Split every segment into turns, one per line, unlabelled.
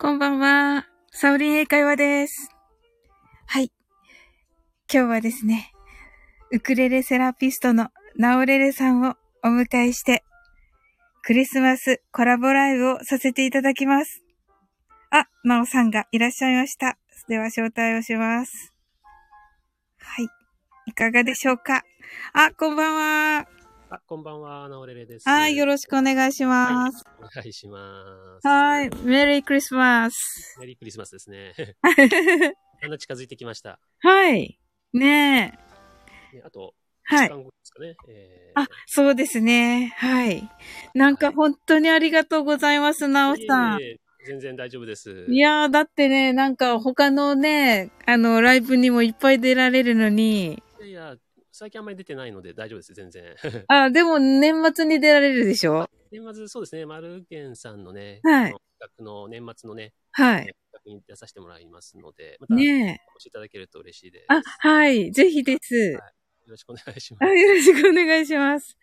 こんばんは。サオリン英会話です。はい。今日はですね、ウクレレセラピストのナオレレさんをお迎えして、クリスマスコラボライブをさせていただきます。あ、ナオさんがいらっしゃいました。では招待をします。はい。いかがでしょうかあ、こんばんは。
あ、こんばんは、ナオレレです。
はい、よ
ろし
ろしくお願いします。
くお願いします。
はい、メリークリスマス。
メリークリスマスで すね。だんだん近づいてきました。
はい。ねえ。
ねあと、
は
時
い。
間後ですかね。えー
あ、そうですね。はい。なんか本当にありがとうございます、なおさん
い。えいえ全然大丈夫です。
いやー、だってね、なんか他のね、あの、ライブにもいっぱい出られるのに、
いやいや、最近あんまり出てないので大丈夫です、全然。
あ、でも年末に出られるでしょ
年末、そうですね、マルゲンさんのね、
はい
あの企画の年末のね、
はい。
企画に出させてもらいますので、また、
ねえ。
お越しいただけると嬉しいです。
あ
よ、
はい。ぜひです。
ろしくお願いし
あ
ます。
よろしくお願いします。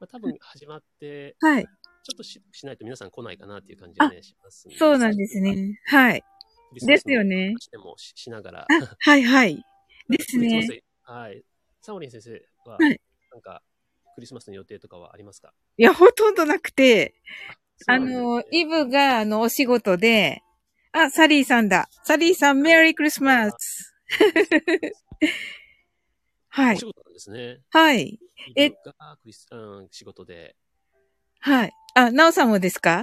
まあ、多分始まって、
はい。
ちょっとししないと皆さん来ないかなっていう感じがね、しますね
そうなんです。ね。はい。
クリスマスの
ですよね
話でもししながら。
あ、はいはい。です
クリス
ね
マ。スはい。サオリン先生は、
はい
なんか、クリスマスの予定とかはありますか
いや、ほとんどなくて、あ
そうな
の
ん、ですね
イブが、あの、お仕事で、あ、サリーさんだ。サリーさん、メリークリスマス。 は
お
い
仕。事なんですね。
はい。え
イブがクリス、うん、仕事で。
はい。あ、ナオさんもですか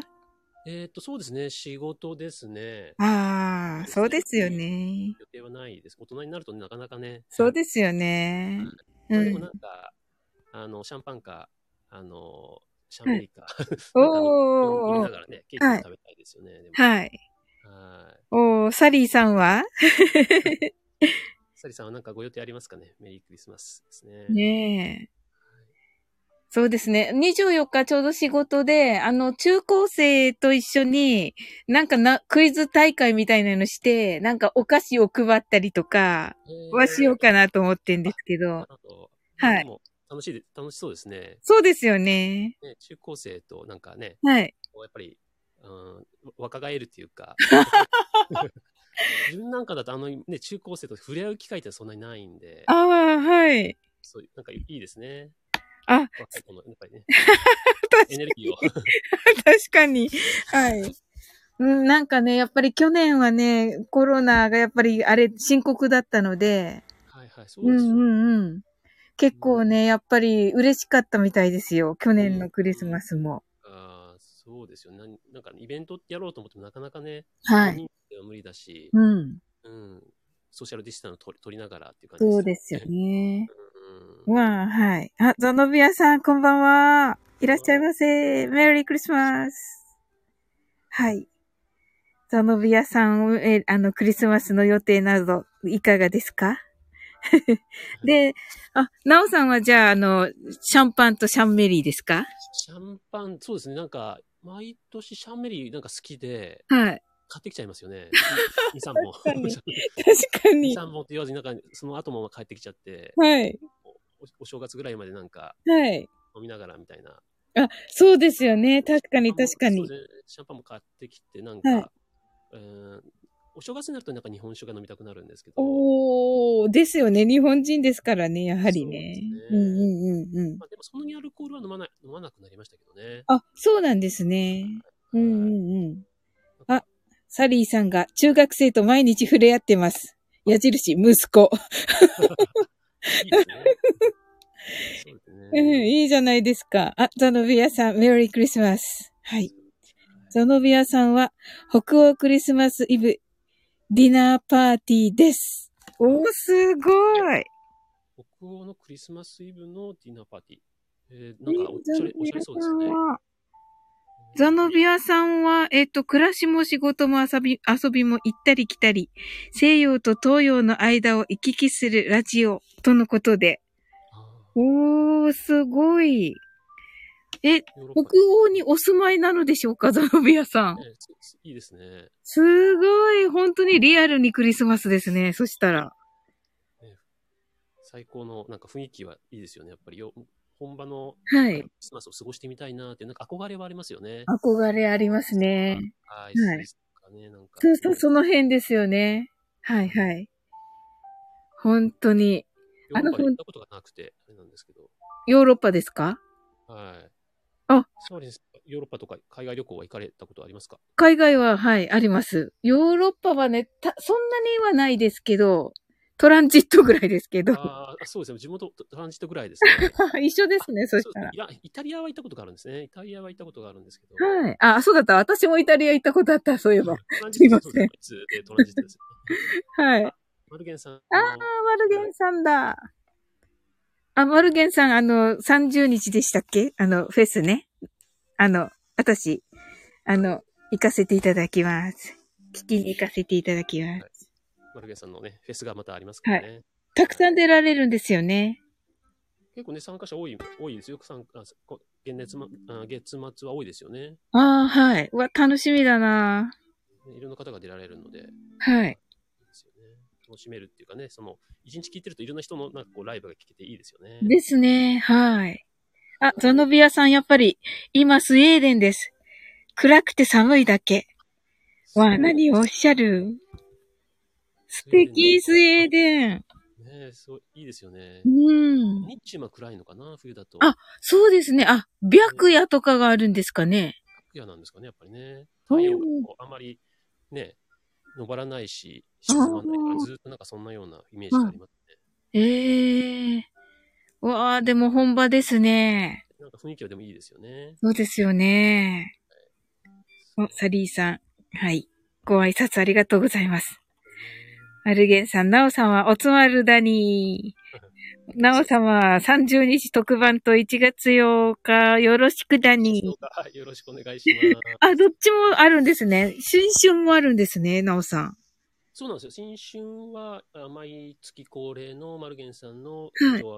えーっと、そうですね、仕事ですね。
ああ、そうですよね。
予定はないです。大人になるとね、なかなかね。
そうですよね。
ま
う。
あでもなんんか、あの、シャンパンか、あの、シャンメリか。なんかあの飲み
お
な
ー。
がらね、ケーキを食べたいですよね。でも
はい。
はい。
おー、サリーさんは
サリさんはなんかご予定ありますかねメリークリスマスですね。
ねえ。そうですね。24日ちょうど仕事で、あの、中高生と一緒に、なんかな、クイズ大会みたいなのして、なんかお菓子を配ったりとか、
えー
はしようかなと思ってんですけど。
あと
はい
でも楽しいで、楽しそうですね。
そうですよね。
ね中高生となんかね、
はい。
こうやっぱり、うん、若返るっていうか、自分なんかだとあの、ね、中高生と触れ合う機会ってそんなにないんで、
ああ、はい。
そういう、なんかいいですね。
あ、
若い子の、やっぱりね、
確
エネルギーを。
確かに。はい。うんなんかね、やっぱり去年はね、コロナがやっぱりあれ深刻だったので、
はいはい、そううですよ
んうんうん。結構ね、やっぱり嬉しかったみたいですよ。去年のクリスマスも。
あーそうですよ。なんなんかイベントってやろうと思ってもなかなかね、
はい。
人数は無理だし、
うん。
うん、ソーシャルディスタンスを取り取りながらっていう感じ
そうですよね。
うん
まあ、はい。あ、ゾノビアさん、こんばんは。いらっしゃいませ。メリークリスマス。はい。ゾノビアさん、え、あの、クリスマスの予定など、いかがですかで、あ、ナオさんはじゃあ、あの、シャンパンとシャンメリーですか
シャンパン、そうですね、なんか、毎年シャンメリーなんか好きで、
はい。
買ってきちゃいます よね。2、3本。
確かに
2、
確かに。は
3本って言わずに、なんか、その後も帰ってきちゃって、
い。
おお正月ぐらいまでなんか、
はい。
飲みながらみたいな。
あ、そうですよね。確かに、確かに
そ。うですねシャンパンも買ってきて、なんか、
はい
うんお正月になるとなんか日本酒が飲みたくなるんですけど、
おー、ですよね。日本人ですからね、やはりね。う
そうです
ん
ね
うんうんうん。
まあ、でもそんなにアルコールは飲まない飲まなくなりましたけど ね。
あ、そうなんですね。うんうんうん。
はい
あ、サリーさんが中学生と毎日触れ合ってます。矢印、息子。
いいです ね。そうです
うん、
ね。
いいじゃないですか。あ、ザノビアさん、メリークリスマス。はい。ザノビアさんは、北欧クリスマスイブ、ディナーパーティーです。おー、すごい。
北欧のクリスマスイブのディナーパーティー。えー、なんかおしゃれ、おしゃれそうですね。
ザノビアさんは、えっ、と、暮らしも仕事も遊び、遊びも行ったり来たり、西洋と東洋の間を行き来するラジオとのことで。
あ
おー、すごい。え、
ーヨ
北
ーロッパで
欧にお住まいなのでしょうか、ザノビアさん。
ねすすいいですね。
すごい、本当にリアルにクリスマスですね、そしたら。
最高のなんか雰囲気はいいですよね。やっぱりよ本場の
は
ク
い
リ。スマスを過ごしてみたいなっていう、なんか憧れはありますよね。
憧れありますね。
はい。
はい
スイスとかね、なんか。
そうそう、その辺ですよね。はいはい。本当に。
ヨーロッパ
あの
行ったことがなくて、あれなんですけど。
ヨーロッパですか
はい。
あ
サオリンさんヨーロッパとか海外旅行は行かれたことありま すか
海外は、はい、あります。ヨーロッパはね、た、そんなにはないですけど、トランジットぐらいですけど。
ああ、そうですね。地元トランジットぐらいですね。
一緒ですね、そし
う
たら
い。や、イタリアは行ったことがあるんですね。イタリアは行ったことがあるんですけど。
はい。あ、そうだった。私もイタリア行ったことあった、そういえ ば。
トランジット
すいません
そうですねトランジットですね。
はい。あ
マルゲンさん。あ
あー、マルゲンさんだ。あ、マルゲンさん、あの、30日でしたっけあの、フェスね。あの、私、あの、行かせていただきます。聞きに行かせていただきます。
マルゲンさんのね、フェスがまたありますからね。
たくさん出られるんですよね。
結構ね、参加者多い、多いですよ。参加、あこ現月末あ月末は多いですよね。
ああ、はい。うわ、楽しみだな
ねいろんな方が出られるので、いいで
はい。
すよね。楽しめるっていうかね、その、一日聞いてるといろんな人のなんかこうライブが聞けていいですよね。
ですね。はい。あ、ザノビアさん、やっぱり、今、スウェーデンです。暗くて寒いだけ。わ、何をおっしゃる素敵、スウェーデン。
ねえそう、いいですよね。
うん。
日中は暗いのかな、冬だと。
あそうですね。あ、白夜とかがあるんですかね。
夜なんですかね、やっぱりね。
うん
太陽がこうあんまりね、昇らないし、沈まないから、ずっとなんかそんなようなイメージがありますね。
ええわあ、でも本場ですね。
なんか雰囲気はでもいいですよね。
そうですよね。お、サリーさん。はい。ご挨拶ありがとうございます。マルゲンさん、ナオさんはおつまるだ に。ナオさんは30日特番と1月8日よろしくだ
そう
に。
かはいよろしくお願いし ます。
あ、どっちもあるんですね。新春もあるんですね、ナオさん。
そうなんですよ。新春は、あ毎月恒例のマルゲンさんの、
い
一応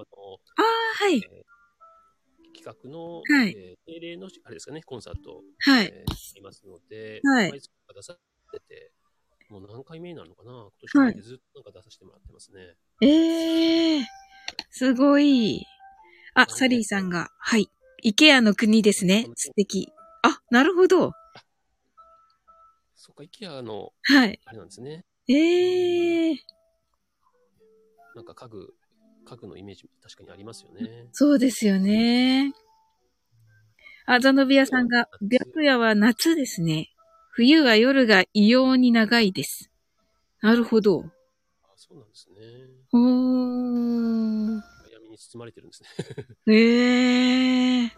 あ
あ
あ、はい。
の企画の、
はい
えー定例の、あれですかね、コンサートを、
は
え
い。
ーしていますので、
はい
毎月出させて、もう何回目になるのかな今年に入ってずっとなんか出させてもらってますね。
ええすごい。あ、サリーさんが、はい。イケアの国ですね。素敵。あ、なるほど。
そっか、IKEA の、
はい。
あれなんですね。
ええ
なんか家具、家具のイメージ確かにありますよね。
そうですよね。あ、ザノビアさんが、白夜は夏ですね。冬は夜が異様に長いです。なるほど。
あそうなんですね。
おー。
闇に包まれてるんですね。
ええ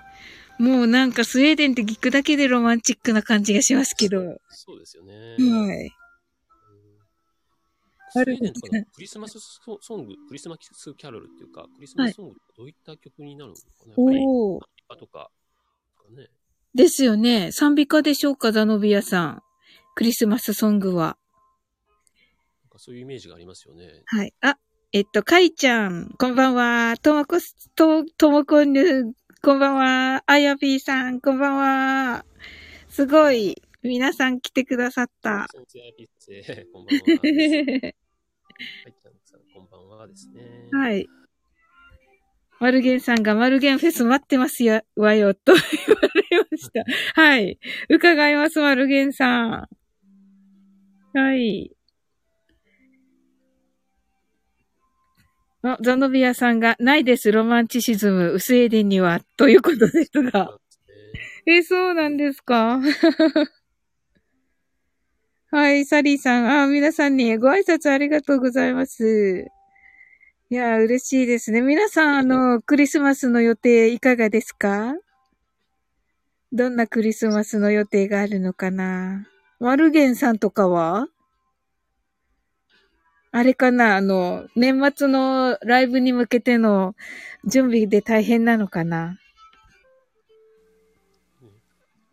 もうなんかスウェーデンって聞くだけでロマンチックな感じがしますけど。は
そうですよね。
い。
うんスウェ
悪い
ーデンとかのクリスマスソソング、クリスマスキャロルっていうか、クリスマスソングってどういった曲になるのかな、やっ
おお。
ぱり、とか、とかね。
ですよね。賛美歌でしょうか、ザノビアさん。クリスマスソングは。
なんかそういうイメージがありますよね。
はい。あ、えっと、かいちゃん、こんばんは。ともこ、と、ともこぬ、こんばんは。あやぴーさん、こんばんは。すごい。皆さん来てくださ った。
先生、 ピッツェ、こんばんは。 はい、ちゃんさん、こんばんはですね。。
はいい。マルゲンさんがマルゲンフェス待ってますよ、わよ、と言われました。はい。伺います、マルゲンさん。はい。あ、ザノビアさんが、ないです、ロマンチシズム、スウェーデンには、ということですが。え、そうなんですか はい、サリーさん。あ、皆さんにご挨拶ありがとうございます。いやー、嬉しいですね。皆さん、あの、クリスマスの予定いかがですかどんなクリスマスの予定があるのかなマルゲンさんとかはあれかなあの、年末のライブに向けての準備で大変なのかな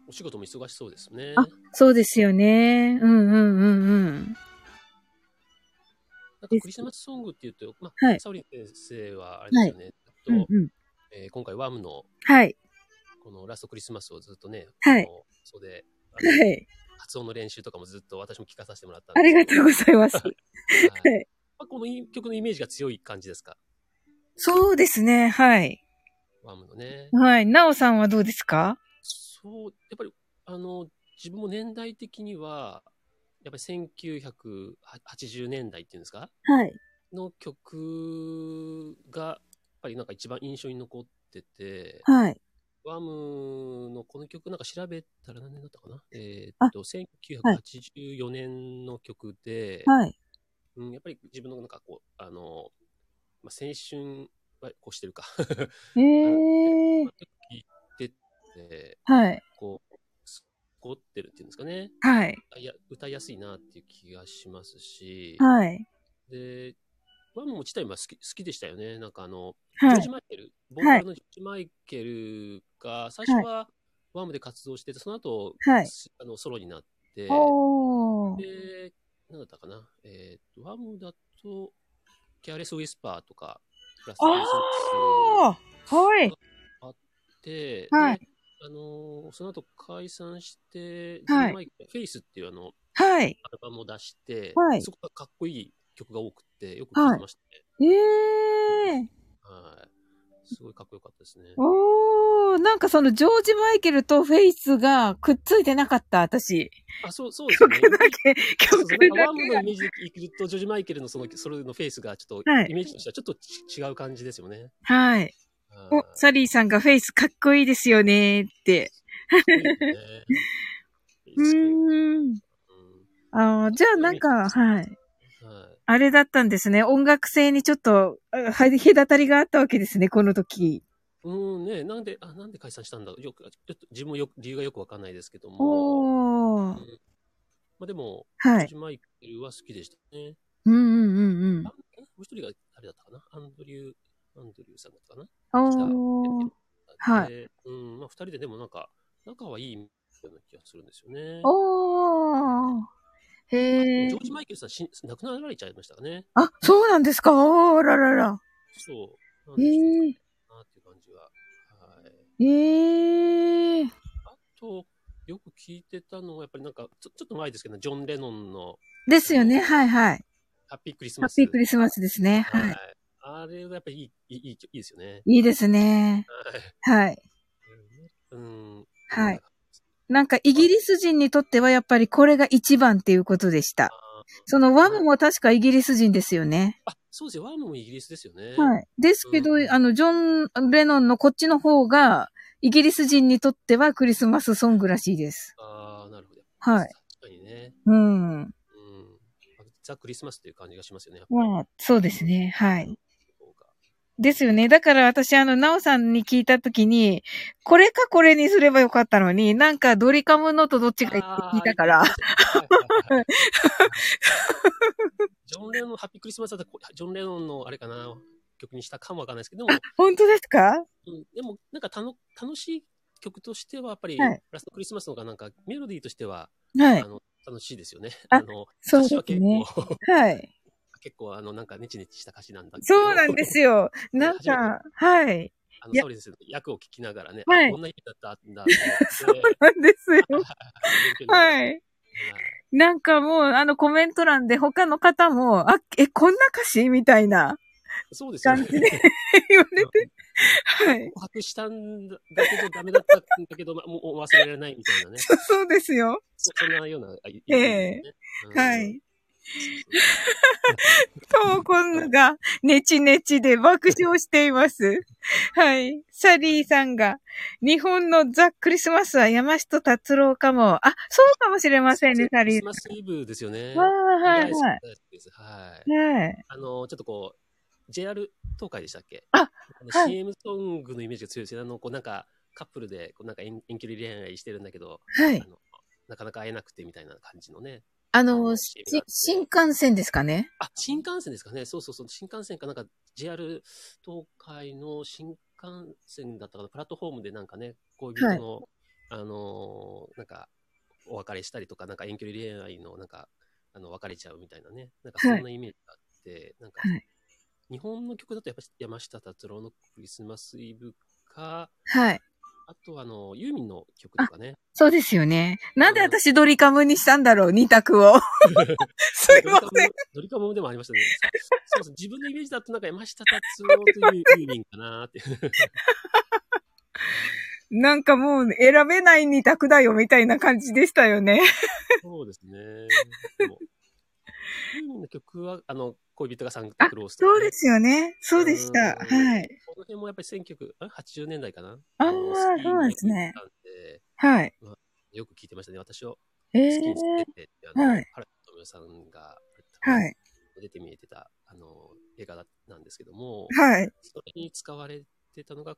お仕事も忙しそうですね。
あそうですよね。うんうんうんうん。
なんかクリスマスソングっていうと、まあ、
はい
サオリン先生はあれですよね。と
うんうん、
えー今回ワームの
はい。
このラストクリスマスをずっとね、
はい
あの、そうで、あの
はい。
発音の練習とかもずっと私も聞かさせてもらったん
あ
です
り
け
がとうございます。
ど。はい
はい
まあ、このい曲のイメージが強い感じですか。
そうですね。はい。
ワームのね。
はい。なおさんはどうですか
そう、やっぱり、あの、自分も年代的には、やっぱり1980年代っていうんですか
はい。
の曲が、やっぱりなんか一番印象に残ってて、
はい。
ワムのこの曲なんか調べたら何年だったかなえー
あ
っと、1984年の曲で、
はい。
うん、やっぱり自分のなんかこう、あの、まあ、青春はこうしてるか。
ええー。
で
はい。
こう、凝ってるっていうんですかね。
はい。
あいや歌いやすいなっていう気がしますし、
はい。
で、ワンも自体は好き好きでしたよね。なんかあの、ジョ
は
ージ・
い。
マイケル、ボーカルのジョージ・マイケルが、最初はワームで活動してて、その後、
はい
すあのソロになって、
おー。
で、なんだったかな、えー、とワームだと、キャレス・ウィスパーとか、プラス・
ああーはい。
で、
はい
であのーその後解散して、ジョ
はい
ージ・マイケル、フェイスっていうあの
はい。
アルバムを出して、
はい
そこがかっこいい曲が多くて、よく聴きましたね。
ええー。
はい。すごいかっこよかったですね。
おー。なんかそのジョージ・マイケルとフェイスがくっついてなかった、私。
あ、そう、そうですよね。
曲だけ、
そう
曲だ
そうなんかワーム
け
の
が
イ。メージでいくと、ジョージ・マイケルのその、それのフェイスがちょっと、
はい
イメージとしてはちょっとち違う感じですよね。
はい。
はい
お、サリーさんがフェイスかっこいいですよねーって。
いいですね
うーん。ああ、じゃあなんか、はい。
うんはい
あれだったんですね。音楽性にちょっと、あはい隔たりがあったわけですね、この時。
うんね、なんで、あ、なんで解散したんだろうよく、ちょっと自分もよく理由がよくわかんないですけども、
おー。
まあでも、ジョ
は
ー
い。
ジ・マイケルは好きでしたね。
うんうんうん
あえもう一人が誰だったかなアンドリュー、アンドリューさんだったかな。
うん。おー。はい
うん、まあ、二人ででもなんか、仲はいいような気がするんですよね。
おー。へ
ジ
ー
ョー。ジ・マイケルさんし、亡くなられちゃいましたね。
あ、そうなんですかおーららら。
そう。なん
え
で
ー。
ちょっとなっていう感じは。は
え
い。
ー。
あと、よく聞いてたのは、やっぱりなんかちょ、ちょっと前ですけど、ジョン・レノンの
ですよね。はいはい。
ハッピークリス
ハ
マ
ッ
ス。
ピークリスマスですね。は
はい
い。。
あれがやっぱりいい、いい、いいいいですよね。
いいですね。はい。
うん。
はい。なんかイギリス人にとってはやっぱりこれが一番っていうことでした。そのワムも確かイギリス人ですよね。
あ、そうですよ。ワームもイギリスですよね。
はい。ですけど、
うん
あの、ジョン・レノンのこっちの方が、イギリス人にとってはクリスマスソングらしいです。
ああ、なるほど。
はい。
確かにね。
うん。
うん。ザ・クリスマスっていう感じがしますよね。やっぱり
まあ、そうですね。はい。
そうか
ですよね。だから私、あの、ナオさんに聞いたときに、これかこれにすればよかったのに、なんかドリカムのとどっちがいいって聞いたから。
あー。はいはいはいジョン・レノン、ハッピークリスマスだったらこうジョン・レノンのあれかな、曲にしたかもわかんないですけど、でも、
本当ですか
うんでもなんかたの楽しい曲としては、やっぱり、
はい
ラストクリスマスの方がなんかメロディーとしては、
はい
あ。の楽しいですよね。
あ
の
そう
歌詞は
です
結
ね
構、。
はい。
結構あのなんかネチネチした歌詞なんだけど
そうなんですよ。なん
初めて
か、はい。い
あの、
や
サオリン先生の役を聞きながらね、
はい
あこんな意味だったん だと思って。
なんですよ。
い。
はい。なんかもう、あのコメント欄で他の方も、あ、え、こんな歌詞みたいな
そうですよ
感
ね
じ。で言われて。はい。
告白したんだけど、ダメだったんだけど、まもう忘れられないみたいな ね。
そうそうですよ。
そそんなような、あい
ええ
うん
はい。
そ
ともこんぬが、ネチネチで爆笑しています。はい。サリーさんが、日本のザ・クリスマスは山下達郎かも。あ、そうかもしれませ
うんそう
ね、サ
クリ
リ
ス
ー
マスイブですよね。
さん。わあ、はい、
大好き
はい。
大好きですはい。
はい。
あの、ちょっとこう、JR 東海でしたっけ
あ
の
はい
CM ソングのイメージが強いですよね。あの、こうなんか、カップルで、こうなんか遠遠距離恋愛してるんだけど、
はい
あ。のなかなか会えなくてみたいな感じのね。
あの、し新幹線ですかね
あ、新幹線ですかね。そうそうそう。新幹線かなんか JR 東海の新幹線だったかな。プラットフォームでなんかね、恋人の、あのーなんか、お別れしたりとか、なんか遠距離恋愛のなんか、あの、別れちゃうみたいなね。なんかそ
はい
んなイメージがあって、なんか、
はい
日本の曲だとやっぱ山下達郎のクリスマスイブか、
はい。
あとあの、ユーミンの曲とかね。
そうですよね。なんで私ドリカムにしたんだろう、二択 を。すいま
ドリカム
せん。
ドリカムでもありましたね。そそうそう自分のイメージだとなんか山下達郎というユーミンかなーって。
なんかもう選べない二択だよみたいな感じでしたよね。
そうですね。でもユーミンの曲は、あの、恋人がサンタ
あ
クロース、とか
そ
ね
うですよね。そうでした。
うん
はい。
この辺もやっぱり1980年代かな。
あー
の
そうなんですね。
スキーに行ったんで
はい。
よく聞いてましたね。私を
え
好き
え
にしてて、あ
は
の
い、
原田知世さんが、
はい。
出て見えてた、あの、映画だなんですけども、
はい。
それに使われてたのが、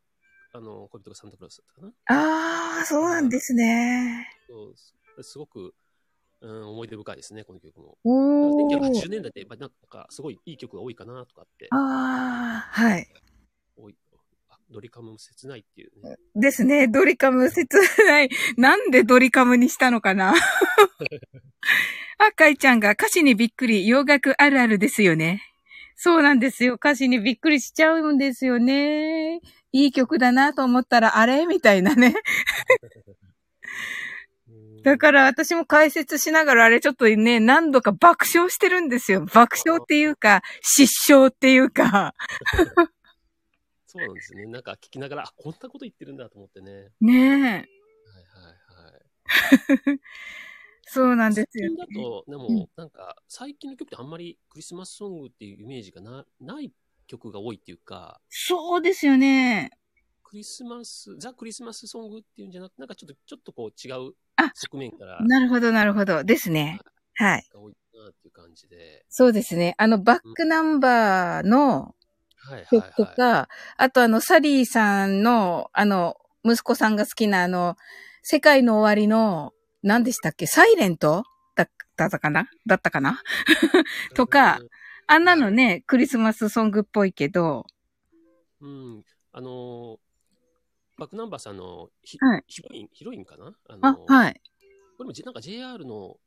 あの、恋人がサンタクロースだったかな。
ああ、そうなんですね。
そうすすごく、うん、思い出深いですね、この曲も。
おー
1980。年代って、やっぱりなんか、すごいいい曲が多いかなとかって、
ああ、はい。
多い。あドリカムも切ないっていうね。、
ですね。ドリカム切ない。 なんでドリカムにしたのかな あ、かいちゃんが歌詞にびっくり、洋楽あるあるですよね。そうなんですよ。歌詞にびっくりしちゃうんですよね。いい曲だなと思ったら、あれみたいなね。 だからら私も解説しながらあれちょっとね、何度か爆笑してるんですよ。爆笑っていうか、失笑っていうか。
そうなんですね。なんか聞きながら、あ、こんなこと言ってるんだと思ってね。
ねえ。
はいはいはい。
そうなんで
最
すよ
近。だと、でも、
うん
なんか、最近の曲ってあんまりクリスマスソングっていうイメージがなない曲が多いっていうか、
そうですよね。
クリスマス、ザ・クリスマスソングっていうんじゃなくて、なんかちょっと、ちょっとこう違う
あ
側面から
なるほど、なるほど。ですね。はい。
が多いなっていう感じで。
そうですね。あの、バックナンバーの
はいはい
曲と
は。
か、あとあの、サリーさんの、あの、息子さんが好きなあの、世界の終わりの、何でしたっけサイレントだだったかなだったかないとか
うん
あんなのね、クリスマスソングっぽいけど、
うん。あのー、バックナンバーさんのヒ,、
はい
ヒロイン、ヒロインかなあ
あ
の、い。
はい。
これもじなんか JR の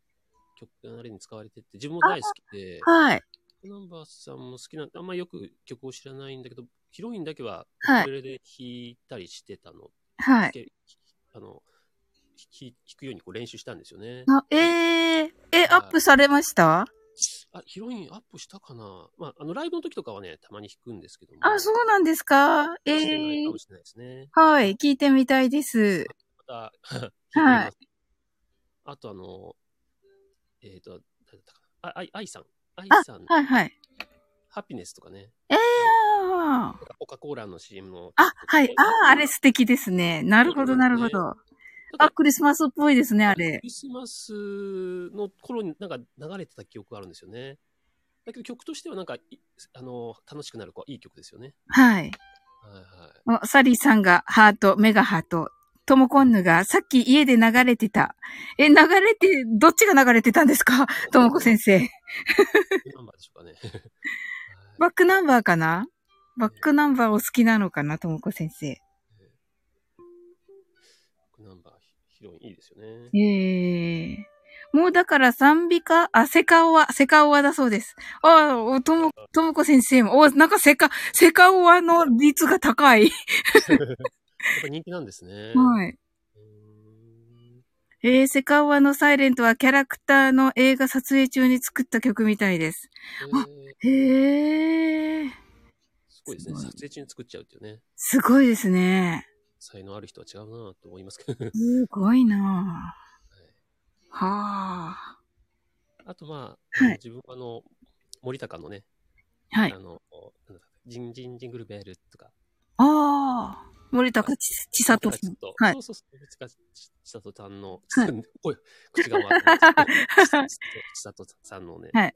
曲あれに使われてて、自分も大好きで、
はい。
ナンバーさんも好きなんあんまよく曲を知らないんだけど、ヒロインだけは
はい
ウクレレで弾いたりしてたの。
はい。
けあの弾弾くようにこう練習したんですよね。
あえー、え、アップされました
あ、ヒロインアップしたかなまあ、あの、ライブの時とかはね、たまに弾くんですけども。
あ、そうなんですかえ
してないか
ー
も、しれないですね。
はい。聞いてみたいです。
また、弾いてみ
はい
ます。あと、あの、えっ、と、誰だったかなあ、あい、あいさん。あいさん、
はい、はい。
ハピネスとかね。
えー。
コカ・コーラの CM の。
あ、はい。ああ、あれ素敵ですね。なるほど、なるほど。あ、クリスマスっぽいですね、あれ
ク。リスマスの頃になんか流れてた記憶があるんですよね。だけど曲としてはなんかい、あの、楽しくなるこういい曲ですよね。
はい。
はいはい。
あサリーさんがハート、メガハート。トモコンヌがさっき家で流れてた。え、流れて、どっちが流れてたんです かトモコ先生。
生。ナンバーでしょうかね。
バックナンバーかなバックナンバーお好きなのかなトモコ先生。
ナンバーヒロインいいですよね。
ええもうだから賛美歌あ、セカオワ、セカオワだそうです。ああ、おとも、ともこ先生も、お、なんかセカ、セカオワの率が高い。
やっぱ人気なんですね。
はい。
うーん
えー、セカオワのサイレントはキャラクターの映画撮影中に作った曲みたいです。
えー
へえ、
すごいですね。
すごい
撮影中に作っちゃうっていうね。
すごいですね。
才能ある人は違うなと思いますけ ど。はい
すごいなぁはあ。
あとまあ、
はい
自分はあの、森高のね、
はい
あ。の、なんだっけジンジンジングルベルとか、
ああ。森高千千里さ
ちょっ
ん
と。、
はい
そ。うそうそう、森高千里さんの、
は
おい、口が回ってない千里さんのね、
はい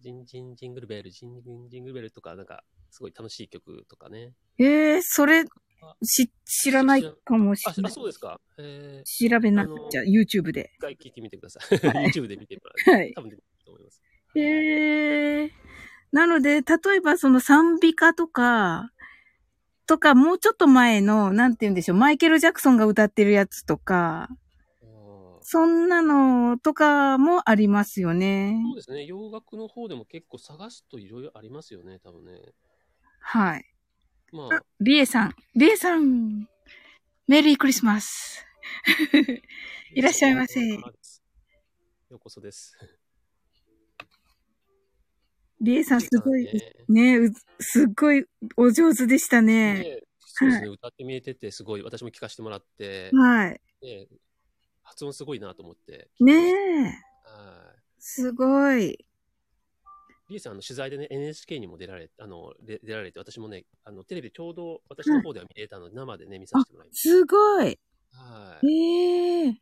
ジンジンジングルベル、ジンジンジングルベルとか、なんか、すごい楽しい曲とかね。
えー、それ、し、知らないかもし
あ、
れな
あ
い。
そうですか。えー、
調べなくちゃ、YouTube で。
一回聞いてみてください。
はい
YouTube で見てもら
は
う
い
多分出てくると思います。
へえ。なので、例えばその賛美歌とか、とか、もうちょっと前の、なんて言うんでしょう、マイケル・ジャクソンが歌ってるやつとか、
あー
そんなのとかもありますよね。
そうですね。洋楽の方でも結構探すといろいろありますよね、多分ね。
はい。
ま
あ
あ、
リエさん、リエさん、メリークリスマス。 いらっしゃいませ
ようこそです。
リエさんすごい
ね、
ね、うすっごいお上手でしたね。
でそうですね、歌って見えてて、すごい、私も聞かせてもらって、
はい。
ね、発音すごいなと思って。
ねえ。
は
すごい。
い。リエさん、あの取材でね、NHK にも出られ、あの、で出られて、私もね、あの、テレビちょうど私の方では見れたので、生でね、見させてもらいまし
すごい。
た。はい。
ええ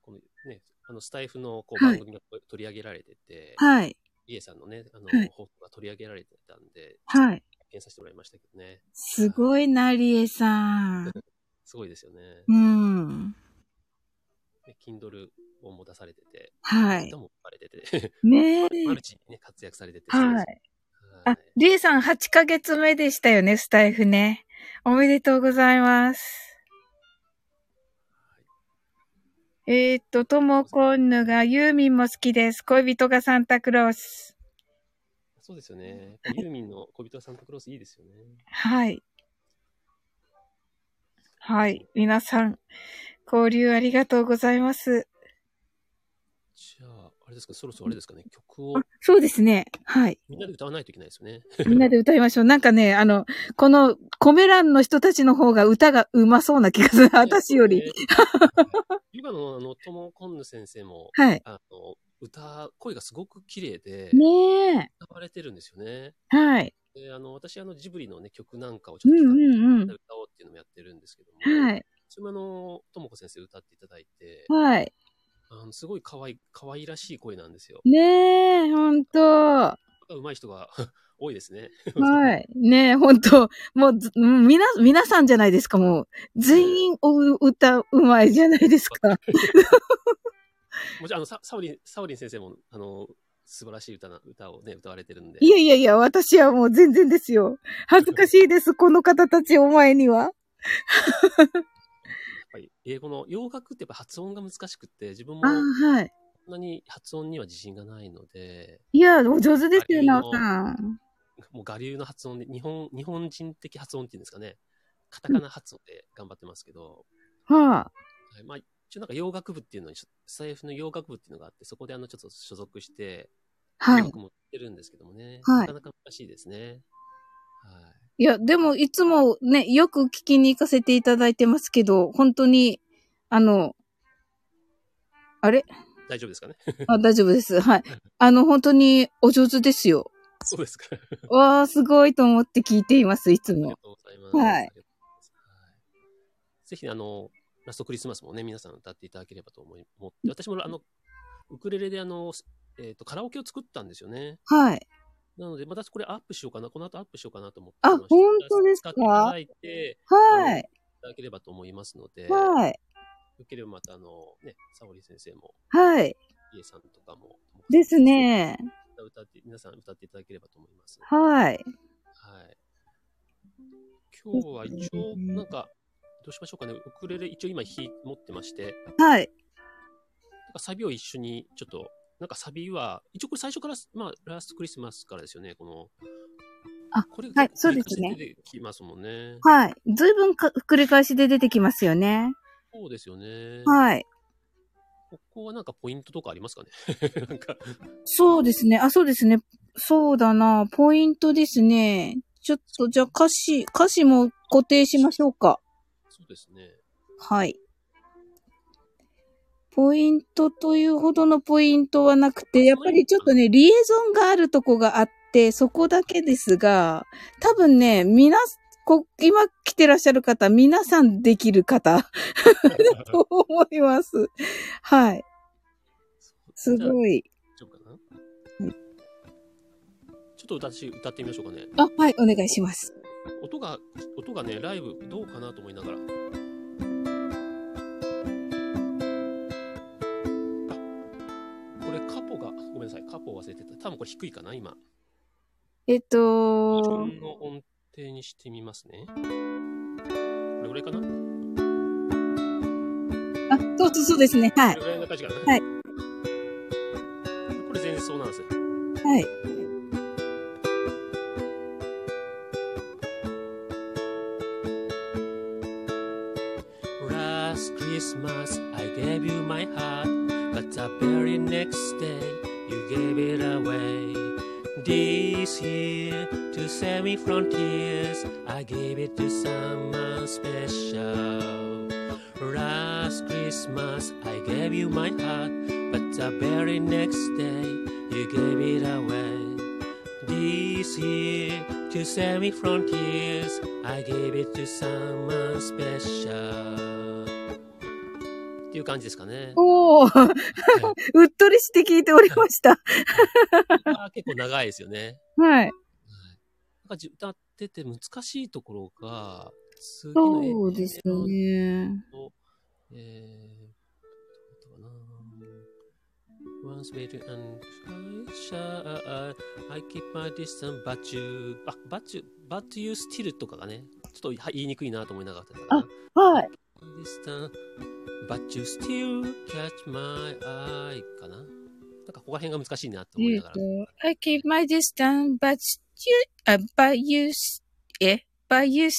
このね、あの、スタイフのこう
はい
番組が取り上げられてて、
はい。
リエさんのね、あの
はい、
放送が取り上げられてたんで、
はい。
発見させてもらいましたけどね。
すごいな、りえさん。
すごいですよね。
うん。
ね Kindle をも出されてて、
はい。
歌も書かれてて、
ねえ。
マルチにね、活躍されてて。
はい。
は
あ、りえさん8ヶ月目でしたよね、スタイフね。おめでとうございます。えー、っと、ともこんぬがユーミンも好きです。恋人がサンタクロース。
そうですよね。ユーミンの小人はサンタクロースいいですよね。
はい。はい。皆さん、交流ありがとうございます。
じゃあ、あれですか、そろそろあれですかね、曲を
あそうですね。はい。
みんなで歌わないといけないですよね。
みんなで歌いましょう。なんかね、あの、このコメ欄の人たちの方が歌がうまそうな気がする。私より。
ね。ヨガのあの、トモコンヌ先生も、
はい。
あの、歌、声がすごく綺麗で、
ねえ。
歌われてるんですよね。
はい。
で、あの、私、あの、ジブリのね、曲なんかをちょっと
うんうんうん
歌おうっていうのもやってるんですけども、
はい。
それもあの、ともこ先生歌っていただいて、
はい。
あのすごい可愛い、可愛らしい声なんですよ。
ねえ、ほん と。は
上手い人が 多いですね。
い。ねえ、ほんと。もうず、うんみな、皆さんじゃないですか、もう。全員おう歌うまいじゃないですか。
もちろん、あの、ササオリン、サオリン先生も、あの、素晴らしい歌な、歌をね、歌われてるんで。
いやいやいや、私はもう全然ですよ。恥ずかしいです、この方たちお前には。
やっぱり、英語の洋楽ってやっぱ発音が難しくって、自分も
ああ、
そ
はい。
んなに発音には自信がないので、
いや、お上手ですよ、な
あり
お
がとう
さん。
もう我流の発音で、日本、日本人的発音っていうんですかね。カタカナ発音で頑張ってますけど、
はあ。
はい、まあ、一応なんか洋楽部っていうのに、スタイフの洋楽部っていうのがあって、そこであの、ちょっと所属して、
はい。
洋楽もやってるんですけどもね、
はい
なかなか難しいですね。はい。
いや、でも、いつもね、よく聞きに行かせていただいてますけど、本当に、あの、あれ
大丈夫で すかね
あ、大丈夫です。はい。あの、本当にお上手ですよ。
そうですか。あ
わあ、すごいと思って聞いています、いつ
り
も
が。とうございます。
はい
ありがとうございますはいぜひね、あの、ラストクリスマスもね、皆さん歌っていただければと思い、思って、私もあの、ウクレレであの、えっ、と、カラオケを作ったんですよね。
はい。
なので、またこれアップしようかな、この後アップしようかなと思って
あ
まして。
本当ですか
使っていただいて
はい。
いただければと思いますので、い。
はい。
よければまたあの、ね、サオリ先生も、
はい。
イエさんとかも、
です。ね。
歌って、皆さん歌っていただければと思います。
はい。
はい。今日は一応、なんか、どうしましょうかね。ウクレレ一応今弾い持ってまして、なんか
はい。
サビを一緒にちょっと、なんかサビは、一応これ最初から、まあ、ラストクリスマスからですよね、この。
あ
これ
はいそうですね。
できますもんね。
はい。ずいぶんか、繰り返しで出てきますよね。
そうですよね。
はい。
ここはなんかポイントとかありますかね なんか、
そうですね。あ、そうですね。そうだな。ポイントですね。ちょっと、じゃあ歌詞、歌詞も固定しましょうか。
そうですね。
はい。ポイントというほどのポイントはなくて、やっぱりちょっとね、リエゾンがあるとこがあって、そこだけですが、多分ね、皆す、こ、今来てらっしゃる方、皆さんできる方と思います。はい。 す
じゃあ
ごい。
大丈夫かなちょっと私歌ってみましょうかね。
あ、はい、お願いします。
音が、音がね、ライブどうかなと思いながら。あこれカポが、ごめんなさい、カポを忘れてた。多分これ低いかな、今。
えっ
自
と、
分の音程にしてみますね。これぐらいかなこ
あ、そうそうそうですね。はい
れ。ぐらいな感じかな。
はい
これ全然そうなんですよ。
はい。
Last Christmas I gave you my heart, but the very next day you gave it away. This year, to semi frontiers, I gave it to someone special. Last Christmas, I gave you my heart, but the very next day, you gave it away. This year, to semi frontiers, I gave it to someone special. っていう感じです かね。
おお、う
は
っとりして聞いておりました。
いあー結構長いですよね。
はい。
なんかじ歌ってて難しいところが、次の絵
そうですね。
と、えー、どうだったかな。Once made and shy, I keep my distance, but you, あ、but you, but you still とかがね、ちょっとは言いにくいなと思いながらだったかな。
はい。
distance, but you still catch my eye かな。なんかここら辺が難しいなと思いながら。
I keep my distance, but you, あ、but you, s- え But you still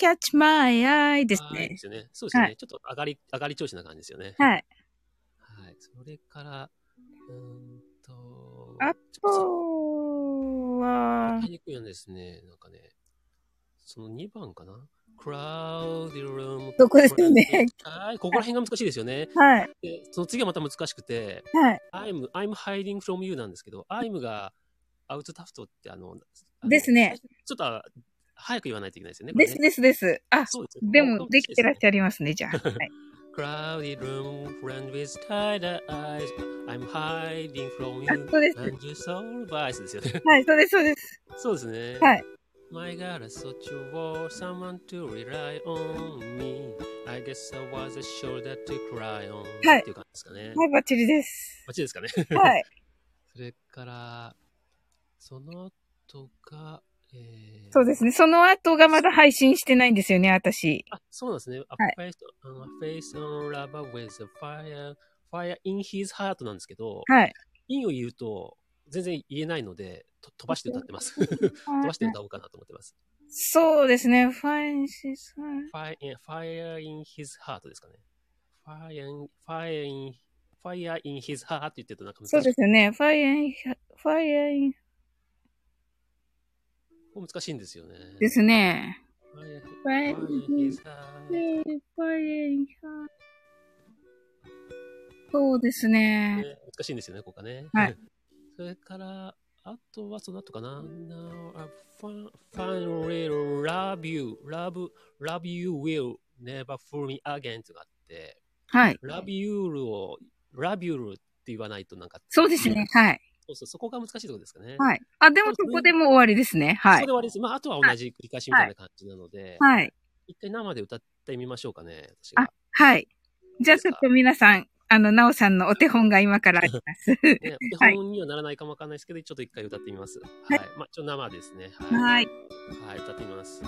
catch my eye です
はい
ね
で。すよね。そうですよね。
は
ちょっと上がり、上がり調子な感じですよね。
はい。
はい。それから、うーんと、
あ
ちょっと
そうは
入、りにくいんですね。なんかね、その2番かな。crowd room。
そこですね。
はい。ここら辺が難しいですよね。
はい。
で、その次はまた難しくて、
はい。
I'm, I'm hiding from you なんですけど、I'm がアウトタフトってあの、あの
ですね。
ちょっとあ早く言わないといけないですよね。これ
ですですです。あ、
そうですよ
でもできてらっし
ゃ
ゃいますね、じゃあ。はい
Crowded room, friend with tired eyes, I'm hiding from
あ
you,
そう です。
and you saw the vice ですよね。
はい、そうです、そうです。
そうですね。
はい。
My God, I thought you were someone to rely on me. I guess I was a shoulder to cry on.
はい
っていう感じですかね。
はい、バッチリです。
バッチリですかね。
はい。
それから、その後が、えー、
そうです
ね。
ね。その後がまだ配信してないんですよね、私。
あ、そうなんですね。
はい
A face on, a face on rubber with a fire, fire in his heart なんですけど、
はい。
in を言うと全然言えないので、と飛ばして歌ってます。 飛ばして歌おうかなと思ってます。
そうですね。ファインシス。
Fire in, fire in his heart ですかね。Fire in, fire in, fire in his heart って言ってるとなんか難しい。
そうですよね。ファイン、ファイン
ここ難しいんですよね。
ですね。
Fire in-
ファイ
fire
ン
in his heart.
そうですね。
ね難しいんですよね、ここがね。
はい。
それから、あとはその後かな。Now, I fin- finally love you, love, love you will never fool me again とかあって、
はい。
love you を、love you って言わないとなんか、
そうですね。はい。
そうそう、そこが難しいところですかね。
はい。あ、でもそこでもう終わりですね。は
それ
い
で。終わりです。まあ、あとは同じ繰り返しみたいな感じなので、
はい。
一回生で歌ってみましょうかね、私が。
はい。じゃあちょっと皆さん、あの、なおさんのお手本が今からあります。
ね、お
はい
手本にはならないかもわかんないですけど、ちょっと一回歌ってみます。はい。まあ、ちょっと生ですね。はい。
はい。
はい、歌ってみます。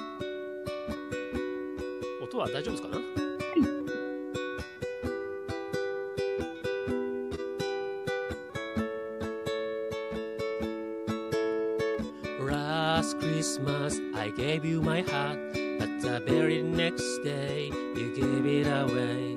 音は大丈夫ですかな。Last Christmas I gave you my heart, but the very next day you gave it away.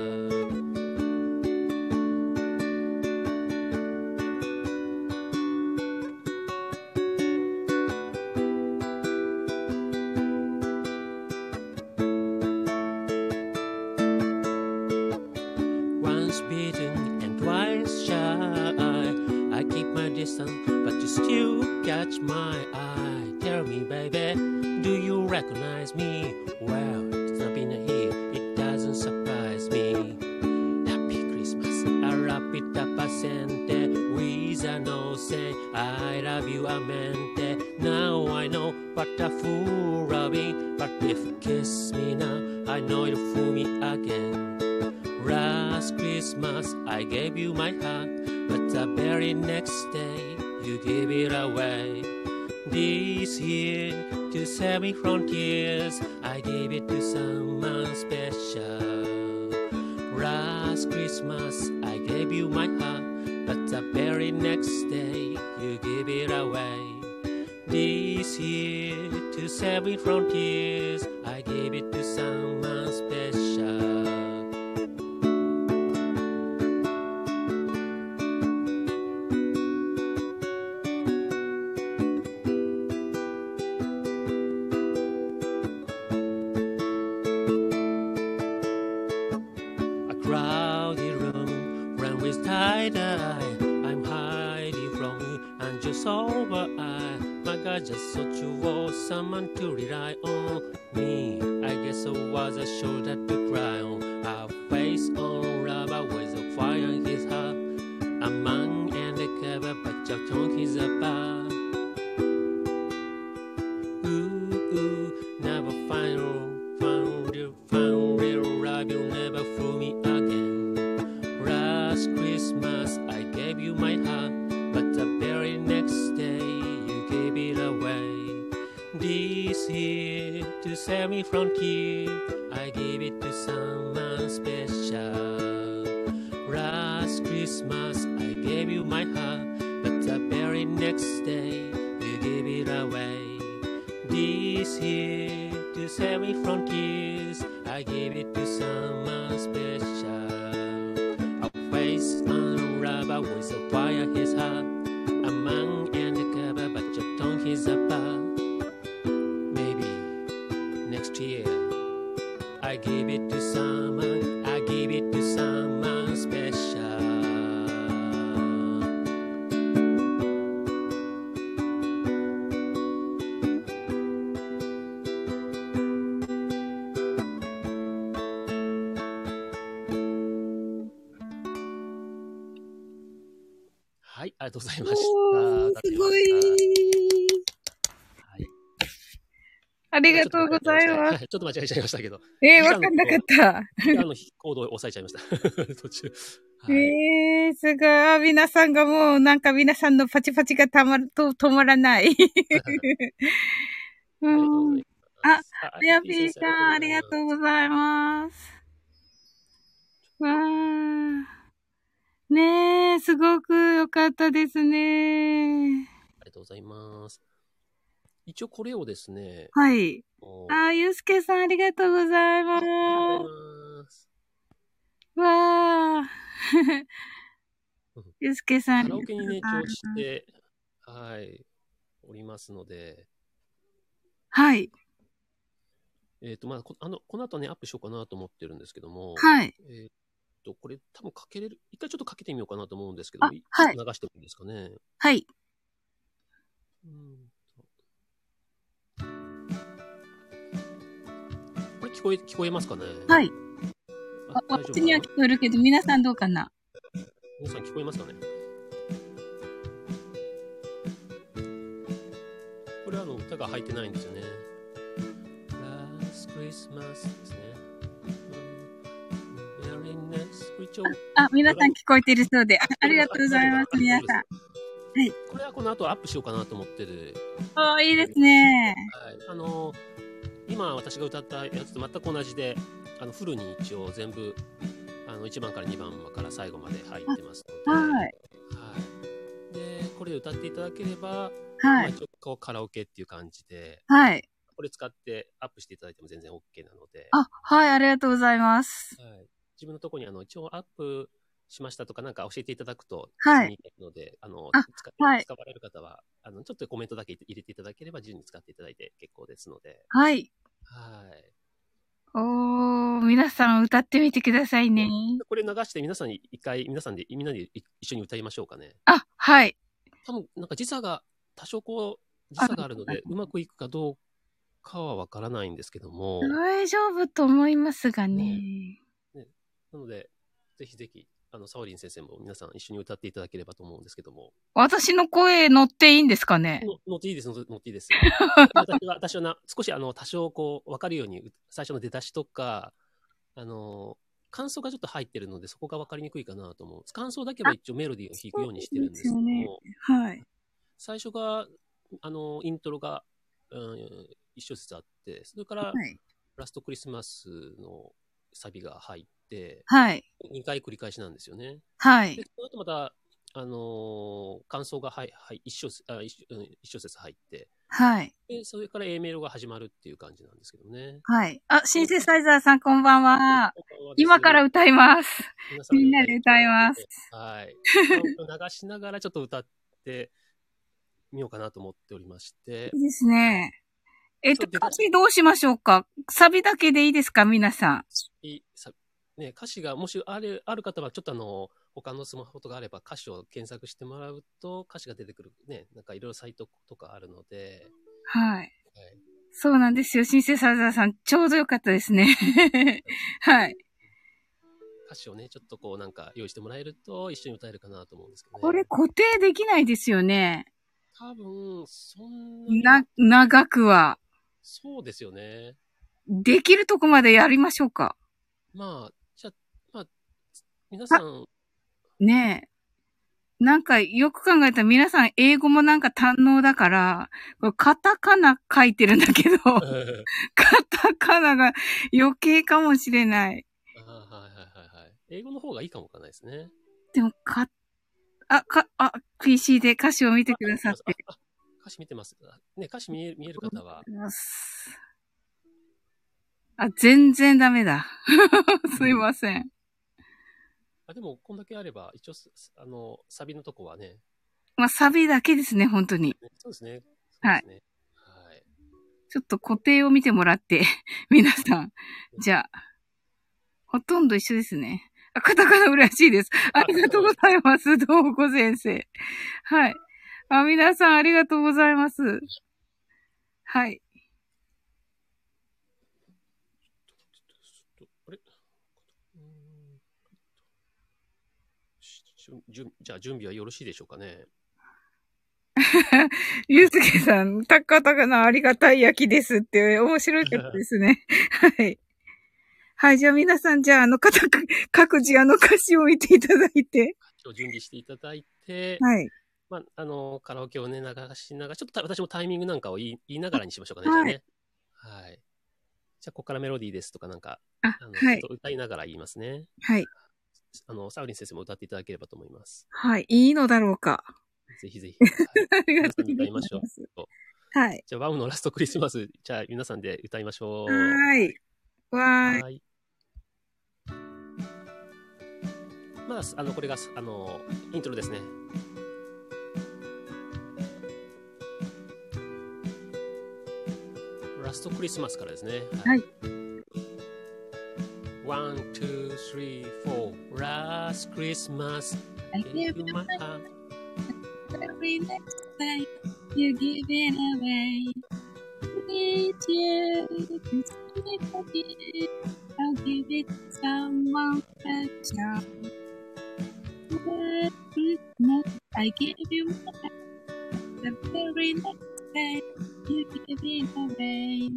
once beaten and twice shy. I keep my distance, but you still catch my eye. Tell me, baby, do you recognize me? Well, it's not been a year, it doesn't surprise me. Happy Christmas, I wrap it up, I sent it with a no say. I love you, I meant it. Now I know what a fool I've been, but if you kiss me now, I know you'll fool me again. Last Christmas I gave you my heart, but the very next day you gave it away. This year, to save me from tears, I gave it to someone special. last Christmas, I gave you my heart, but the very next day, you give it away. This year, to save it from tears, I gave it to someone special. あ crowded room when we tied eye I'm hiding from you and just over I my God just thought you was someone to rely on me I guess I was a shoulder to cry on a face on rubber with a fire in his heart a man and a cover but your tongue is a bar ooh, ooh, never found, found you, found real love, you'll never fool me again. Last Christmas, I gave you my heart, but the very next day, you gave it away. This year, to save me from tears, I gave it to someone special. Last Christmas, I gave you my heart, but the very next day, you gave it away. This year, to save me from tears, I gave it to someone special. A face on rubber with a fire in his heart. A man and a cover, but your tongue is a bar. Maybe next year, I give it to someone. I give it to someone special.はい、ありがとうございました。
すごい。
はい
ありがとうございます。
す。ちょっと間違えちゃいましたけど、
えー、わかんなかった。
あ の、コードを押さえちゃいました。 途中。はい。
えー、すごい。あ、皆さんがもう、なんか皆さんのパチパチがたまる、と、止まら ない。
ありが
う
とうござ
ん
い。ます。あ
レアピーさん、ありがとうございます。わー。ねえ、すごく良かったですね。
ありがとうございます。一応これをですね、
はい。
お
あー、ゆうすけさん、ありがとうございます。
ありがとうございます
わー。ゆうすけさん、あり
カラ
がと
オ
う
ケ
ござい、
にね
ま
今日
す
し。て、はい、おりますので、
はい。
えっ、と、まあこ、あの、この後ね、アップしようかなと思ってるんですけども、
はい。
えっ、と、これ多分かけれる、一回ちょっとかけてみようかなと思うんですけど、
あはい
流してもいいですかね。
はい。
うんとこれ聞こえ、聞こえますかね。
はいい。
あ
あこ
大
っ
丈夫
ちには聞こえるけど、皆さんどうかな
皆さん聞こえますかねこれあの歌が入ってないんですよね。Last Christmas ですね。Very nice Christmas
あ、皆さん聞こえてるそうで。 あありがとうございます、皆さん。い
これはこの後アップしようかなと思ってる。
おーいいですね。
はい、あの今私が歌ったやつと全く同じで、あのフルに一応全部あの1番から2番から最後まで入ってますの
は
で、
い
はい。でこれ歌っていただければ、ま
は
あ
い。
一応こうカラオケっていう感じで、
はい。
これ使ってアップしていただいても全然 OK なので、
あ、はい、ありがとうございます。
はい、自分のところにあの一応アップしましたとかなんか教えていただくと、
はい。
ので、あの
あ
使
はい
使われる方はあのちょっとコメントだけ入れていただければ自由に使っていただいて結構ですので、
はい。
はい。
おー、皆さん歌ってみてくださいね。
これ流して皆さんに一回、皆さんで、みんなで一一緒に歌いましょうかね。
あ、はい。
多分、なんか時差が、多少こう、時差があるの
あ
で、うまくいくかどうかはわからないんですけども、
大丈夫と思いますがね。
なので、ぜひぜひ、あの、サオリン先生も皆さん一緒に歌っていただければと思うんですけども、
私の声乗っていいんですかね
の乗っていいです、乗乗って いいです。私は、私はな、少しあの、多少こう、わかるように、う最初の出だしとか、あの、感想がちょっと入ってるので、そこがわかりにくいかなと思う。感想だけは一応メロディーを弾くようにしてるんですけど
そうですよ
も、
はい。
最初が、あの、イントロが、うん、一小節あって、それから、
はい。
ラストクリスマスのサビが入っって、
はい。
2回繰り返しなんですよね。
はい
で。、その後また、あのー感想が、はい、はい、一小節、あ一うん一小節入って、
はい。
で、それから A メロが始まるっていう感じなんですけどね。
はい。あ、シンセサイザーさんこんばんは。
こんばんはです
今から歌います。みんなで歌います。
はい。流しながらちょっと歌ってみようかなと思っておりまして
い。いですね。えっと、
そう出た
歌詞どうしましょうかサビだけでいいですか皆さん。
いさね、歌詞がもしあるある方は、ちょっとあの、他のスマホとかあれば歌詞を検索してもらうと歌詞が出てくるね、なんかいろいろサイトとかあるので、
はい。
はい、
そうなんですよ。シンセサイザーさん、ちょうどよかったですね。 はい。
歌詞をね、ちょっとこうなんか用意してもらえると一緒に歌えるかなと思うんですけどね。
これ固定できないですよね。
多分、そんなに
な、長くは。
そうですよね。
できるとこまでやりましょうか。
まあ、じゃあ、まあ、皆さん、
ねえ。なんか、よく考えたら皆さん英語もなんか堪能だから、これカタカナ書いてるんだけ ど、カタカナが余計かもしれない。
ああはいはいはいはい。英語の方がいいかもわかんないですね。
でも、か、あ、か、あ、PC で歌詞を見てくださって
あ。あ歌詞見てます。あね、歌詞見え見える方は。
ます。あ、全然ダメだ。すいません。
あでも、こんだけあれば、一応す、あの、サビのとこはね。
まあ、サビだけですね、本当に。
ねそうですね。
はい
そうですね。はい。
ちょっと固定を見てもらって、 皆さん。じゃあ、ほとんど一緒ですね。あ、カタカナ嬉しいです。ありがとうございます。どうもご先生。はい。あ、皆さんありがとうございます。はい。
ちょっとあれうーんししゅじゅんじゃあ、準備はよろしいでしょうかね。
ゆうすけさん、タカタカナありがたい焼きですって、面白いことです ね。はい。はい、じゃあ皆さん、じゃあ、あの、カタカ 各自あの歌詞を見ていただいて。
今日準備していただいて、
はい。
まあ、あの、カラオケをね、流しながら、ちょっとた私もタイミングなんかを言い言いながらにしましょうかね、じゃあね。はい。じゃあ、ここからメロディーですとかなんか、
あ
あ、の
は
ち
い
ょっ。と歌いながら言いますね。
はい。
あの、サウリン先生も歌っていただければと思います。
はい。いいのだろうか。
ぜひぜ ひ。はい
ありがとう
皆さんで歌い
ご
ま
ざ
しょ
います。
う
はい。
じゃあ、ワウのラストクリスマス、じゃあ、皆さんで歌いましょう。
はーい。わーい。
はーい。まあ、あの、これが、あの、イントロですね。ラストクリスマスからですね。
はい。
One, two, three, four. Last Christmas. Into my heart.
Every next time you give it away. Need you to see it again. I'll give it to someone special. Last Christmas, I gave you my heart. The very next day, you give it away.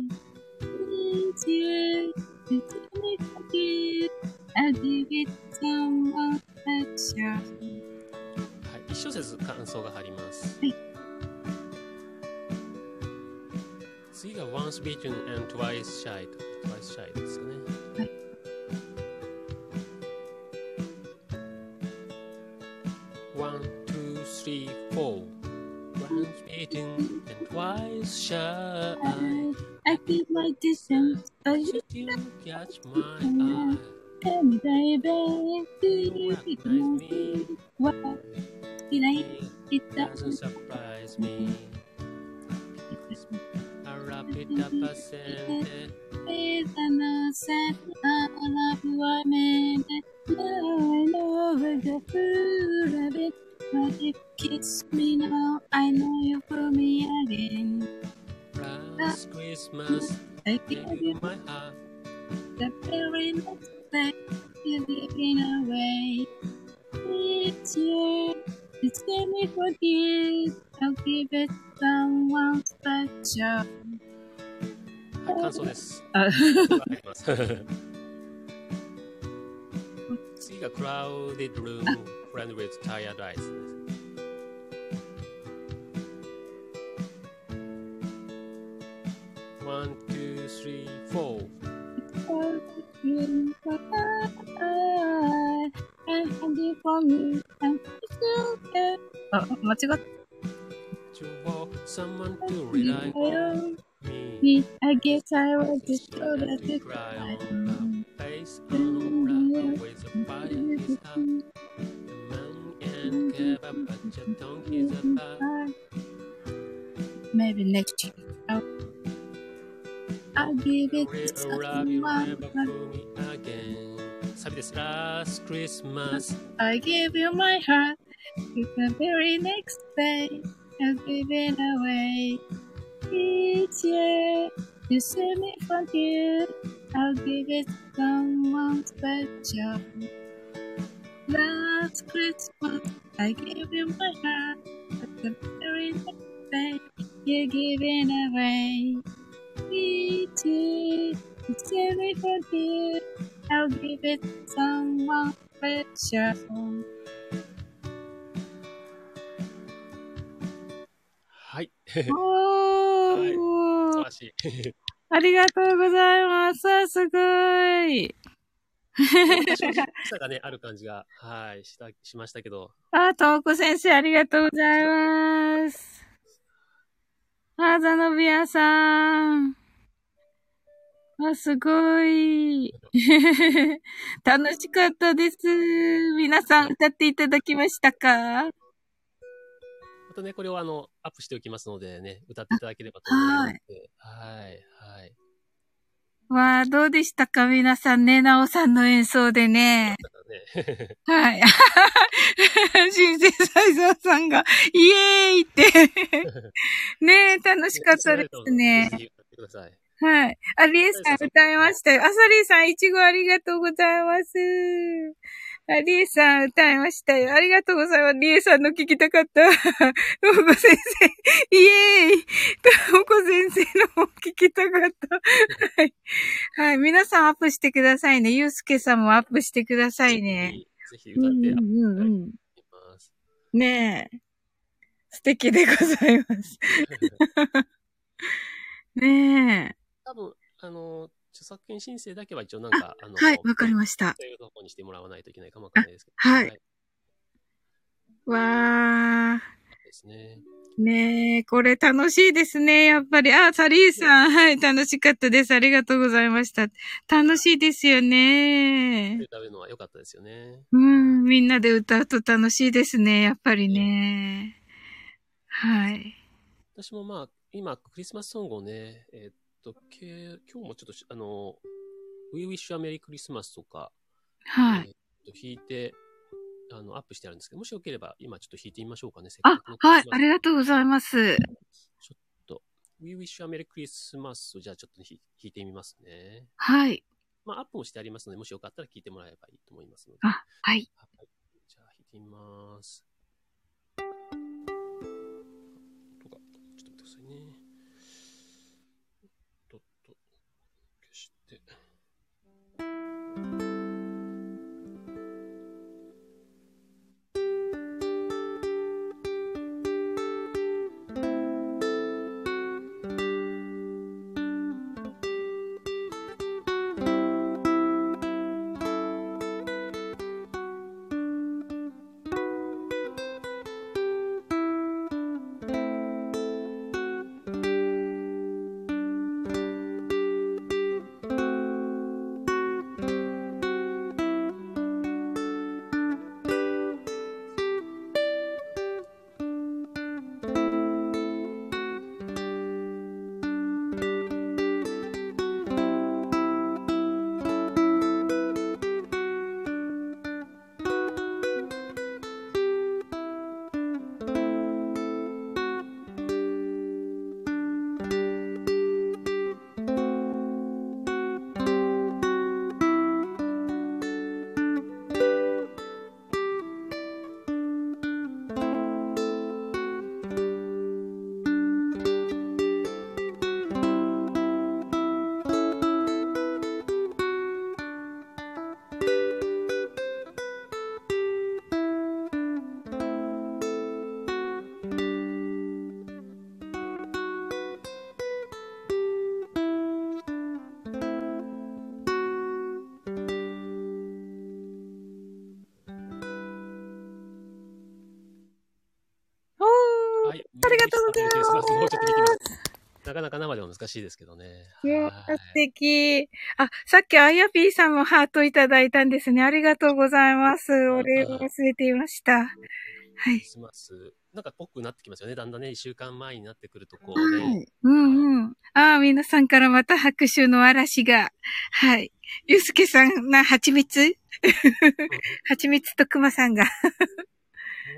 Need you to see it again. I'll give it to someone special.
はい、一小節感想が入ります。
はい
次が Once Beaten and Twice Shy Twice Shy ですかね。
はい
One, two, three, four. Once beaten and twice shy.
I feel my distance, but you
You catch my eye.
tell me, baby, do you
You recognize me.
What did I it
Doesn't
doesn't
surprise me. I wrap it up, I send it.
Please, I know, said I love you, I meant it. Now I know we're the fruit of it. But if you kiss me now, I know you fool me again.
Last Christmas,
I
gave
gave
you
you
my uh, heart.
the very next day you're giving away. It's yours, it's me for you. I'll give it someone special.
はい、感想です。
あ
次が Crowded Room, Friend with Tired Eyes です。One, two, three, four.
I'll give it someone candy from me. I'm so good. あ、間違っ
To walk someone
た。
to rely on me.
Me, I guess I was just
Just
told that
let me
you
cry
cry.
on my face on a rock, always a fire is hot. Among and kebab, but your tongue is a bar.
Maybe next year. I'll, I'll give it
Real
to
love you
my
never fool me again. サビです。Last Christmas.
I give you my heart. It's the very next day. I'll give it away. Each year, you save me from here. I'll give it to someone special. Last Christmas, I gave you my heart. But the very next day, you give it away. Each year, you save me from here. I'll give it to someone special.
はい。
お
素
ー、
晴らしい。
ありがとうございます。あすごい。
正直さがね、ある感じが、はい、した、しましたけど。
あ、トーコ先生、ありがとうございます。あ、ザノビアさん。あ、すごい。 楽しかったです。皆さん、歌っていただきましたか
またね、これをあの、アップしておきますのでね、歌っていただければと思います。はい、はい。
わあ、どうでしたか皆さんね、ナオさんの演奏でね。
だからね、
はい。 シンセサイザーさんが、イエーイって。ねえ、楽しかったですね。
ぜひ歌ってください。
はい。あ、リエさん歌いましたよ。あ、サリーさん、いちごありがとうございます。あ、リエさん歌いましたよ。ありがとうございます。リエさんの聞きたかった。 トモコ先生、イエーイ トモコ先生のも聞きたかった。はい。はい。皆さんアップしてくださいね。ゆうすけさんもアップしてくださいね。
ぜひ。ぜひ歌ってあげ
うんうんうん。
ます。
ねえ。素敵でございます。ねえ。
多分、あの、著作権申請だけは一応なんか、あの、
はい、わかりました。
というところにしてもらわないといけないかもわかんないですけど。
あはいわー。
ですね。
ねえ、これ楽しいですね。やっぱり。あ、サリーさん。はい、楽しかったです。ありがとうございました。楽しいですよね。
歌うのは良かったですよね。
うん、みんなで歌うと楽しいですね。やっぱりね。はい。
私もまあ、今、クリスマスソングをね、えーっと、け今日もちょっとし、あの、We Wish a Merry Christmas とか、
は
えー
い。
っと弾いて、あの、アップしてあるんですけど、もしよければ、今ちょっと弾いてみましょうかね。せっ
あ
かくの、クリスマ
はい
ス、
ありがとうございます。
We Wish a Merry Christmas をじゃあちょっとひ弾いてみますね。
はい。
まあ、アップもしてありますので、もしよかったら聞いてもらえばいいと思いますので。
あはい。
はいじゃあ弾いてみます。とか、ちょっと待ってくださいね。とっと、消して。
「
ます。もうちょっと聞きます。なかなか生では難しいですけどね。
ね
は
素
い
敵。あ、さっきあやぴーさんもハートいただいたんですね。ありがとうございます。お礼を忘れていました。はい
クリ。スマス。なんかぽくなってきますよね。だんだんね、一週間前になってくると、こう
は
ね
い。。
うんうん。ああ、皆さんからまた拍手の嵐が。はい。ゆうすけさんな、蜂蜜蜂蜜と熊さんが。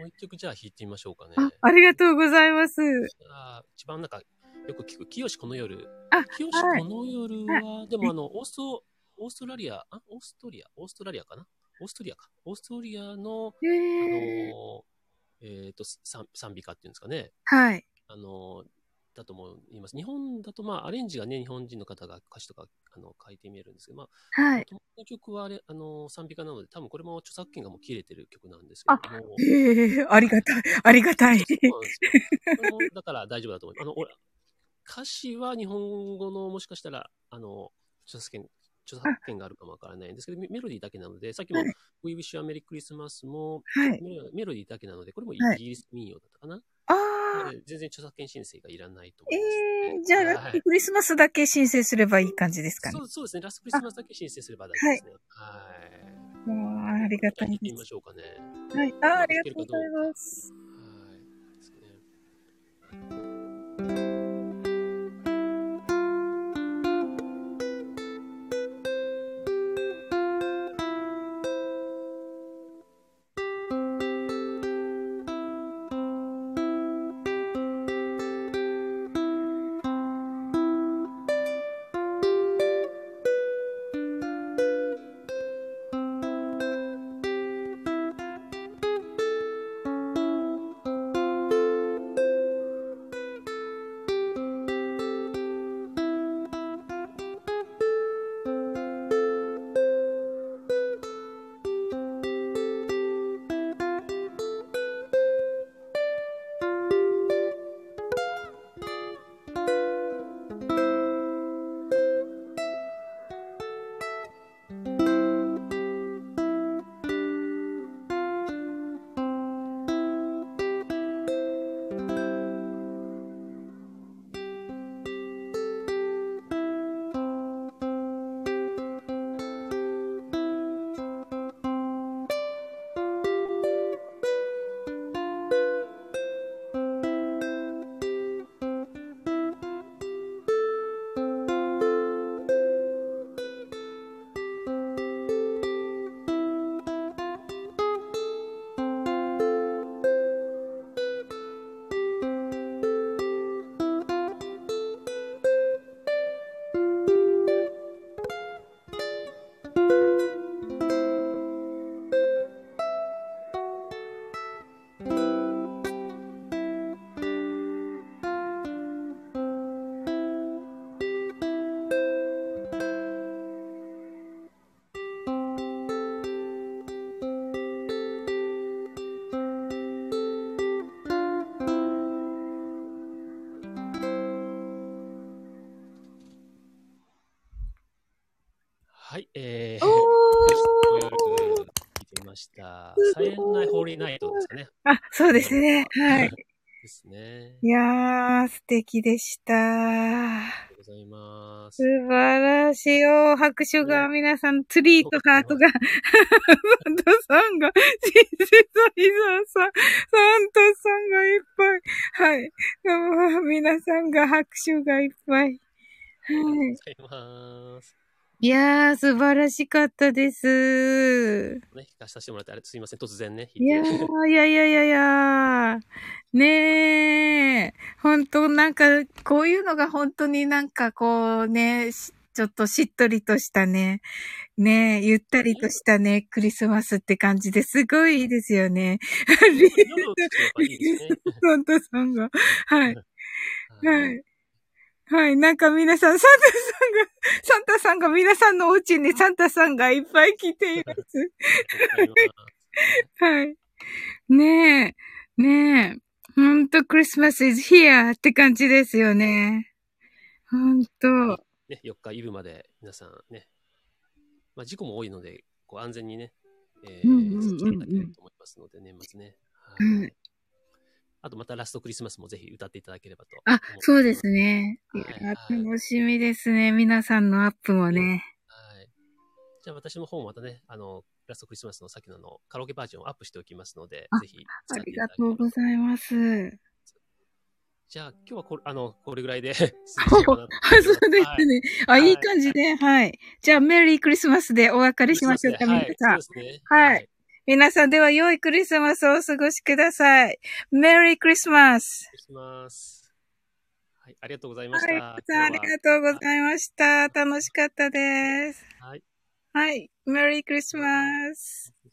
もう一曲じゃあ弾いてみましょうかね。
あありがとうございます。
じゃあ一番なんか、よく聞く、清この夜。
あ
清
はい
この夜は、でもあの、オースト、オーストラリア、あ、オーストリア、オーストラリアかなオーストリアか。オーストリアの、
え
あの
ー、
えっ、と、賛賛美歌っていうんですかね。
はい。
あのだと思います。日本だと、まあ、アレンジがね、日本人の方が歌詞とかあの書いてみえるんですけど、まあ、
はい。
この曲はあれあの賛美歌なので、多分これも著作権がもう切れてる曲なんですけども。
ええありがたい。ありがたい。
そうなんですよあのだから大丈夫だと思います。あの、俺歌詞は日本語のもしかしたら、あの、著作権、著作権があるかもわからないんですけど、メメロディーだけなので、さっきも
は
We Wish You a Merry Christmas も
はい。
メロメロディーだけなので、これもイギリス民謡だったかな。
あ
な
あ
の。で全然著作権申請がいらないと思
え
い
え
ます
じ
ね、
ゃあ、
はい
クリスマスだけ申請すればいい感じですかね
そ。うそうですね。ラストクリスマスだけ申請すれば大丈夫ですね。はい。
もうありがた
聞
い
いて
で。
みますしょうかね。
はい。あ、ありがとうございます。
はい。ですね。はい。えー、
お
聞
ー
いてみました
す。
サ
ごい
イレンナイホーリーナイトですかね。
あ、そうですね。はい。
ですね。
いやー、素敵でした。
ありがとうございます
素。晴らしいよ。拍手が、皆さん、ツリーとハートが、サンタさんが、シンセサイザーさん、サンタさんがいっぱい。はい。もう皆さんが拍手がいっぱい。はい。
ありがとうございます。
いやー、素晴らしかったです。
ね、弾かさせてもらって、あれ、すいません。突然ね、
いや
弾いて。
ー、いやいやいやいやー。ねえ、本当なんか、こういうのが本当になんかこうね、しちょっとしっとりとしたね、ねえ、ゆったりとしたね、クリスマスって感じですごいいいですよね。リ
夜を聴くとやっぱいいですね。
サンタさんが。はい、 は
はい
い。はい。なんか皆さん、サンタさんが、サンタさんが皆さんのお家にサンタさんがいっぱい来ています。
ありがとうございます
はい。ねえ、ねえ、ほんとクリスマス is here って感じですよね。ほんと。
ね、4日イブまで皆さんね、まあ、事故も多いので、こう安全にね、えー
うんうんうんうん
過ごしていただきたいと思いますので、年末ね。
うん
はいあとまたラストクリスマスもぜひ歌っていただければと。
あ、そうです
ね。
ね。い
はい
や
はい
楽しみですね。皆さんのアップもね。
はい。じゃあ私の方もまたね、あの、ラストクリスマスのさっきのあのカラオケバージョンをアップしておきますので
あ、
ぜひ
あ
使って
り
いた
が
だけれ
と
ば
うございます。
じゃあ今日はこれ、あの、これぐらいで 失礼しようかなと
あ
思
そ
います。
うですね。あ、
はい
いい感じで、はい。じゃあ、メリークリスマスでお別れしましょうか、皆さん。
そうですね
はい
はい。
皆さんでは良いクリスマスをお過ごしください。メリークリスマス。
失礼します。はい、ありがとうございま
はい
した。、
さんありがとうございました。楽しかったです。
はい。
はい、メリークリスマス。
と